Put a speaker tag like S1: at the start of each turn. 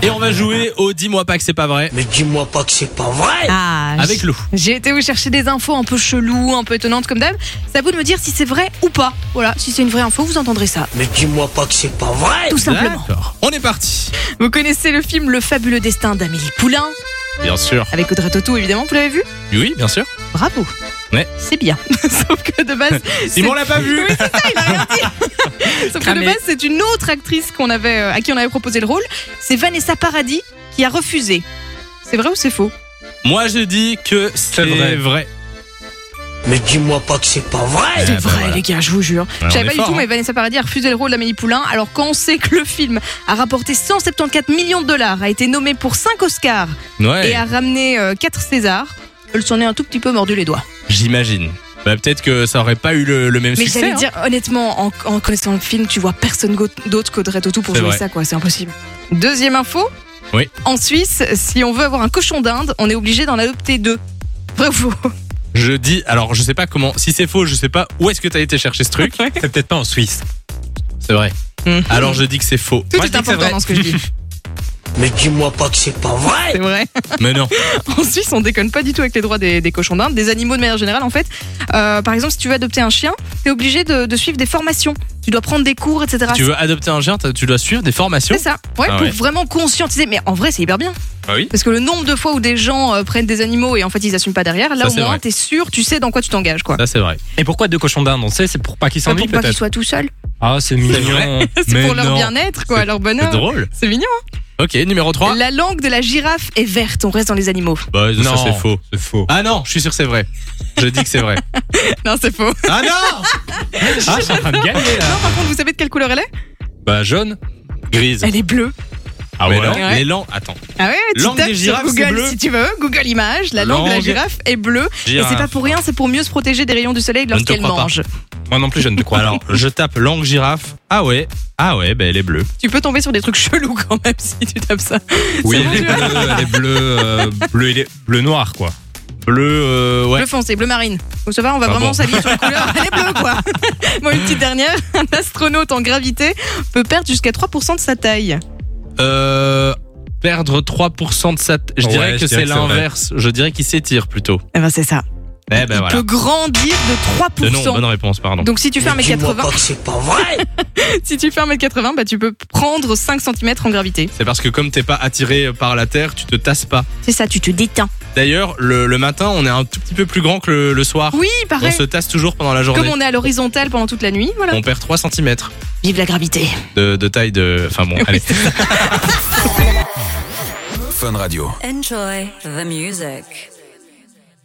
S1: Et on va jouer au Dis-moi pas que c'est pas vrai
S2: Mais dis-moi pas que c'est pas vrai
S3: Ah,
S1: avec
S3: j-
S1: Lou.
S3: J'ai été vous chercher des infos un peu cheloues, un peu étonnantes comme d'hab. C'est à vous de me dire si c'est vrai ou pas. Voilà, si c'est une vraie info, vous entendrez ça.
S2: Mais dis-moi pas que c'est pas vrai
S3: Tout simplement.
S1: D'accord. On est parti.
S3: Vous connaissez le film Le fabuleux destin d'Amélie Poulain,
S1: Bien sûr.
S3: avec Audrey Tautou évidemment, vous l'avez vu
S1: Oui, bien sûr.
S3: Bravo.
S1: Ouais.
S3: C'est bien. Sauf que de base. c'est-
S1: Simon on l'a pas vu.
S3: Oui, c'est ça, il a rien dit. Sauf que de
S1: Cramé.
S3: base, c'est une autre actrice qu'on avait, euh, à qui on avait proposé le rôle. C'est Vanessa Paradis qui a refusé. C'est vrai ou c'est faux
S1: Moi, je dis que c'est vrai.
S4: vrai.
S2: Mais dis-moi pas que c'est pas vrai
S3: C'est
S1: bah
S3: vrai,
S1: voilà.
S3: les gars, je vous jure.
S1: on
S3: je savais
S1: est
S3: pas du
S1: fort,
S3: tout,
S1: hein.
S3: mais Vanessa Paradis a refusé le rôle d'Amélie Poulain. Alors, quand on sait que le film a rapporté 174 millions de dollars, a été nommé pour 5 Oscars
S1: Ouais.
S3: et euh, a ramené 4 Césars, elle s'en est un tout petit peu mordu les doigts.
S1: J'imagine. Bah peut-être que ça aurait pas eu le, le même
S3: Mais
S1: succès.
S3: j'allais
S1: hein.
S3: dire, honnêtement, en, en connaissant le film, tu vois personne go- d'autre qu'Audrey Tautou pour
S1: C'est
S3: jouer
S1: vrai.
S3: ça, quoi. C'est impossible. Deuxième info.
S1: Oui.
S3: En Suisse, si on veut avoir un cochon d'Inde, on est obligé d'en adopter deux. Vrai ou faux
S1: Je dis. Alors, je sais pas comment. Si c'est faux, je sais pas où est-ce que t'as été chercher ce truc.
S4: C'est peut-être pas en Suisse.
S1: C'est vrai.
S3: Mhm.
S1: Alors, je dis que c'est faux.
S3: Tout
S4: Moi, je
S3: est
S4: dis que c'est
S3: important
S4: vrai.
S3: dans ce que je dis.
S2: Mais dis-moi pas que c'est pas vrai
S3: C'est vrai.
S1: Mais non.
S3: En Suisse, on déconne pas du tout avec les droits des, des cochons d'Inde, des animaux de manière générale en fait. Euh, par exemple, si tu veux adopter un chien, t'es obligé de, de suivre des formations. Tu dois prendre des cours, etc.
S1: Tu veux adopter un chien, t'as- tu dois suivre des formations.
S3: C'est ça, ouais,
S1: Ah
S3: pour
S1: ouais.
S3: vraiment conscientiser. Mais en vrai, c'est hyper bien.
S1: Ah oui.
S3: Parce que le nombre de fois où des gens euh, prennent des animaux et en fait ils assument pas derrière, là
S1: Ça,
S3: au
S1: c'est
S3: moins
S1: vrai.
S3: t'es sûr, tu sais dans quoi tu t'engages quoi.
S1: Ça c'est vrai.
S4: Et pourquoi deux cochons d'Inde On sait, c'est pour pas qu'ils
S3: Pas
S4: s'ennuient
S3: pour pas qu'ils
S4: peut-être.
S3: soient tout seuls.
S4: Ah, c'est mignon.
S3: C'est
S1: Mais
S3: pour leur
S1: non.
S3: bien-être, quoi, leur
S1: C'est
S3: bonheur.
S1: drôle.
S3: C'est mignon.
S1: Ok, numéro 3
S3: La langue de la girafe est verte, on reste dans les animaux.
S1: Bah
S4: Non.
S1: ça c'est faux.
S4: C'est faux.
S1: Ah non, je suis sûr que c'est vrai. Je dis que c'est vrai.
S3: Non, c'est faux.
S1: Ah non
S4: Ah, je suis en train de gagner là.
S3: Non, par contre, vous savez de quelle couleur elle est
S4: Bah, jaune.
S1: Grise.
S3: Elle est bleue.
S1: Ah
S4: Mais
S1: ouais,
S4: non.
S1: non,
S3: Ouais.
S1: les lents. Attends.
S3: Ah ouais, tu
S1: Langue
S3: tapes
S1: des
S3: sur
S1: girafes, c'est
S3: Google
S1: bleu.
S3: si tu veux, Google Images, la langue de la
S1: Langue.
S3: girafe est bleue. Et c'est pas pour rien, c'est pour mieux se protéger des rayons du soleil
S1: ne te
S3: lorsqu'elle
S1: crois pas.
S3: mange.
S4: Moi non plus, je ne te crois pas.
S1: Alors, je tape langue girafe. Ah ouais. Ah ouais, ben elle est bleue.
S3: Tu peux tomber sur des trucs chelous quand même si tu tapes ça.
S4: Oui,
S3: C'est bon,
S4: elle est
S3: tu vois.
S4: bleue, elle est bleue, euh, bleu, il est bleu noir quoi.
S1: Bleu, euh, ouais.
S3: Bleu foncé, bleu marine. Bon, ça va, on va
S1: Ah
S3: vraiment
S1: bon.
S3: s'allier sur les couleurs. Elle est bleue, quoi. Bon, une petite dernière. Un astronaute en gravité peut perdre jusqu'à 3% de sa taille.
S1: Euh, perdre 3% de sa. t- Je
S4: Ouais,
S1: dirais
S4: je
S1: que
S4: dirais
S1: c'est
S4: que c'est vrai.
S1: l'inverse. Je dirais qu'il s'étire plutôt.
S3: Eh ben, c'est ça.
S1: Eh ben
S3: Il
S1: voilà.
S3: peut grandir de
S1: Euh,
S3: 3%.
S1: non, bonne réponse, pardon.
S3: Donc si tu fais
S2: Mais dis-moi
S3: 1m80,
S2: pas que c'est pas vrai
S3: si tu fais 1m80, bah tu peux prendre 5 cm en gravité.
S1: C'est parce que comme t'es pas attiré par la terre, tu te tasses pas.
S3: C'est ça, tu te détends.
S1: D'ailleurs, le, le matin, on est un tout petit peu plus grand que le, le soir.
S3: Oui,
S1: on
S3: pareil.
S1: se tasse toujours pendant la journée.
S3: Comme on est à l'horizontale pendant toute la nuit, voilà.
S1: On perd 3 cm
S3: Vive la gravité.
S1: de, de taille de. Enfin bon, allez.
S5: Enjoy the music.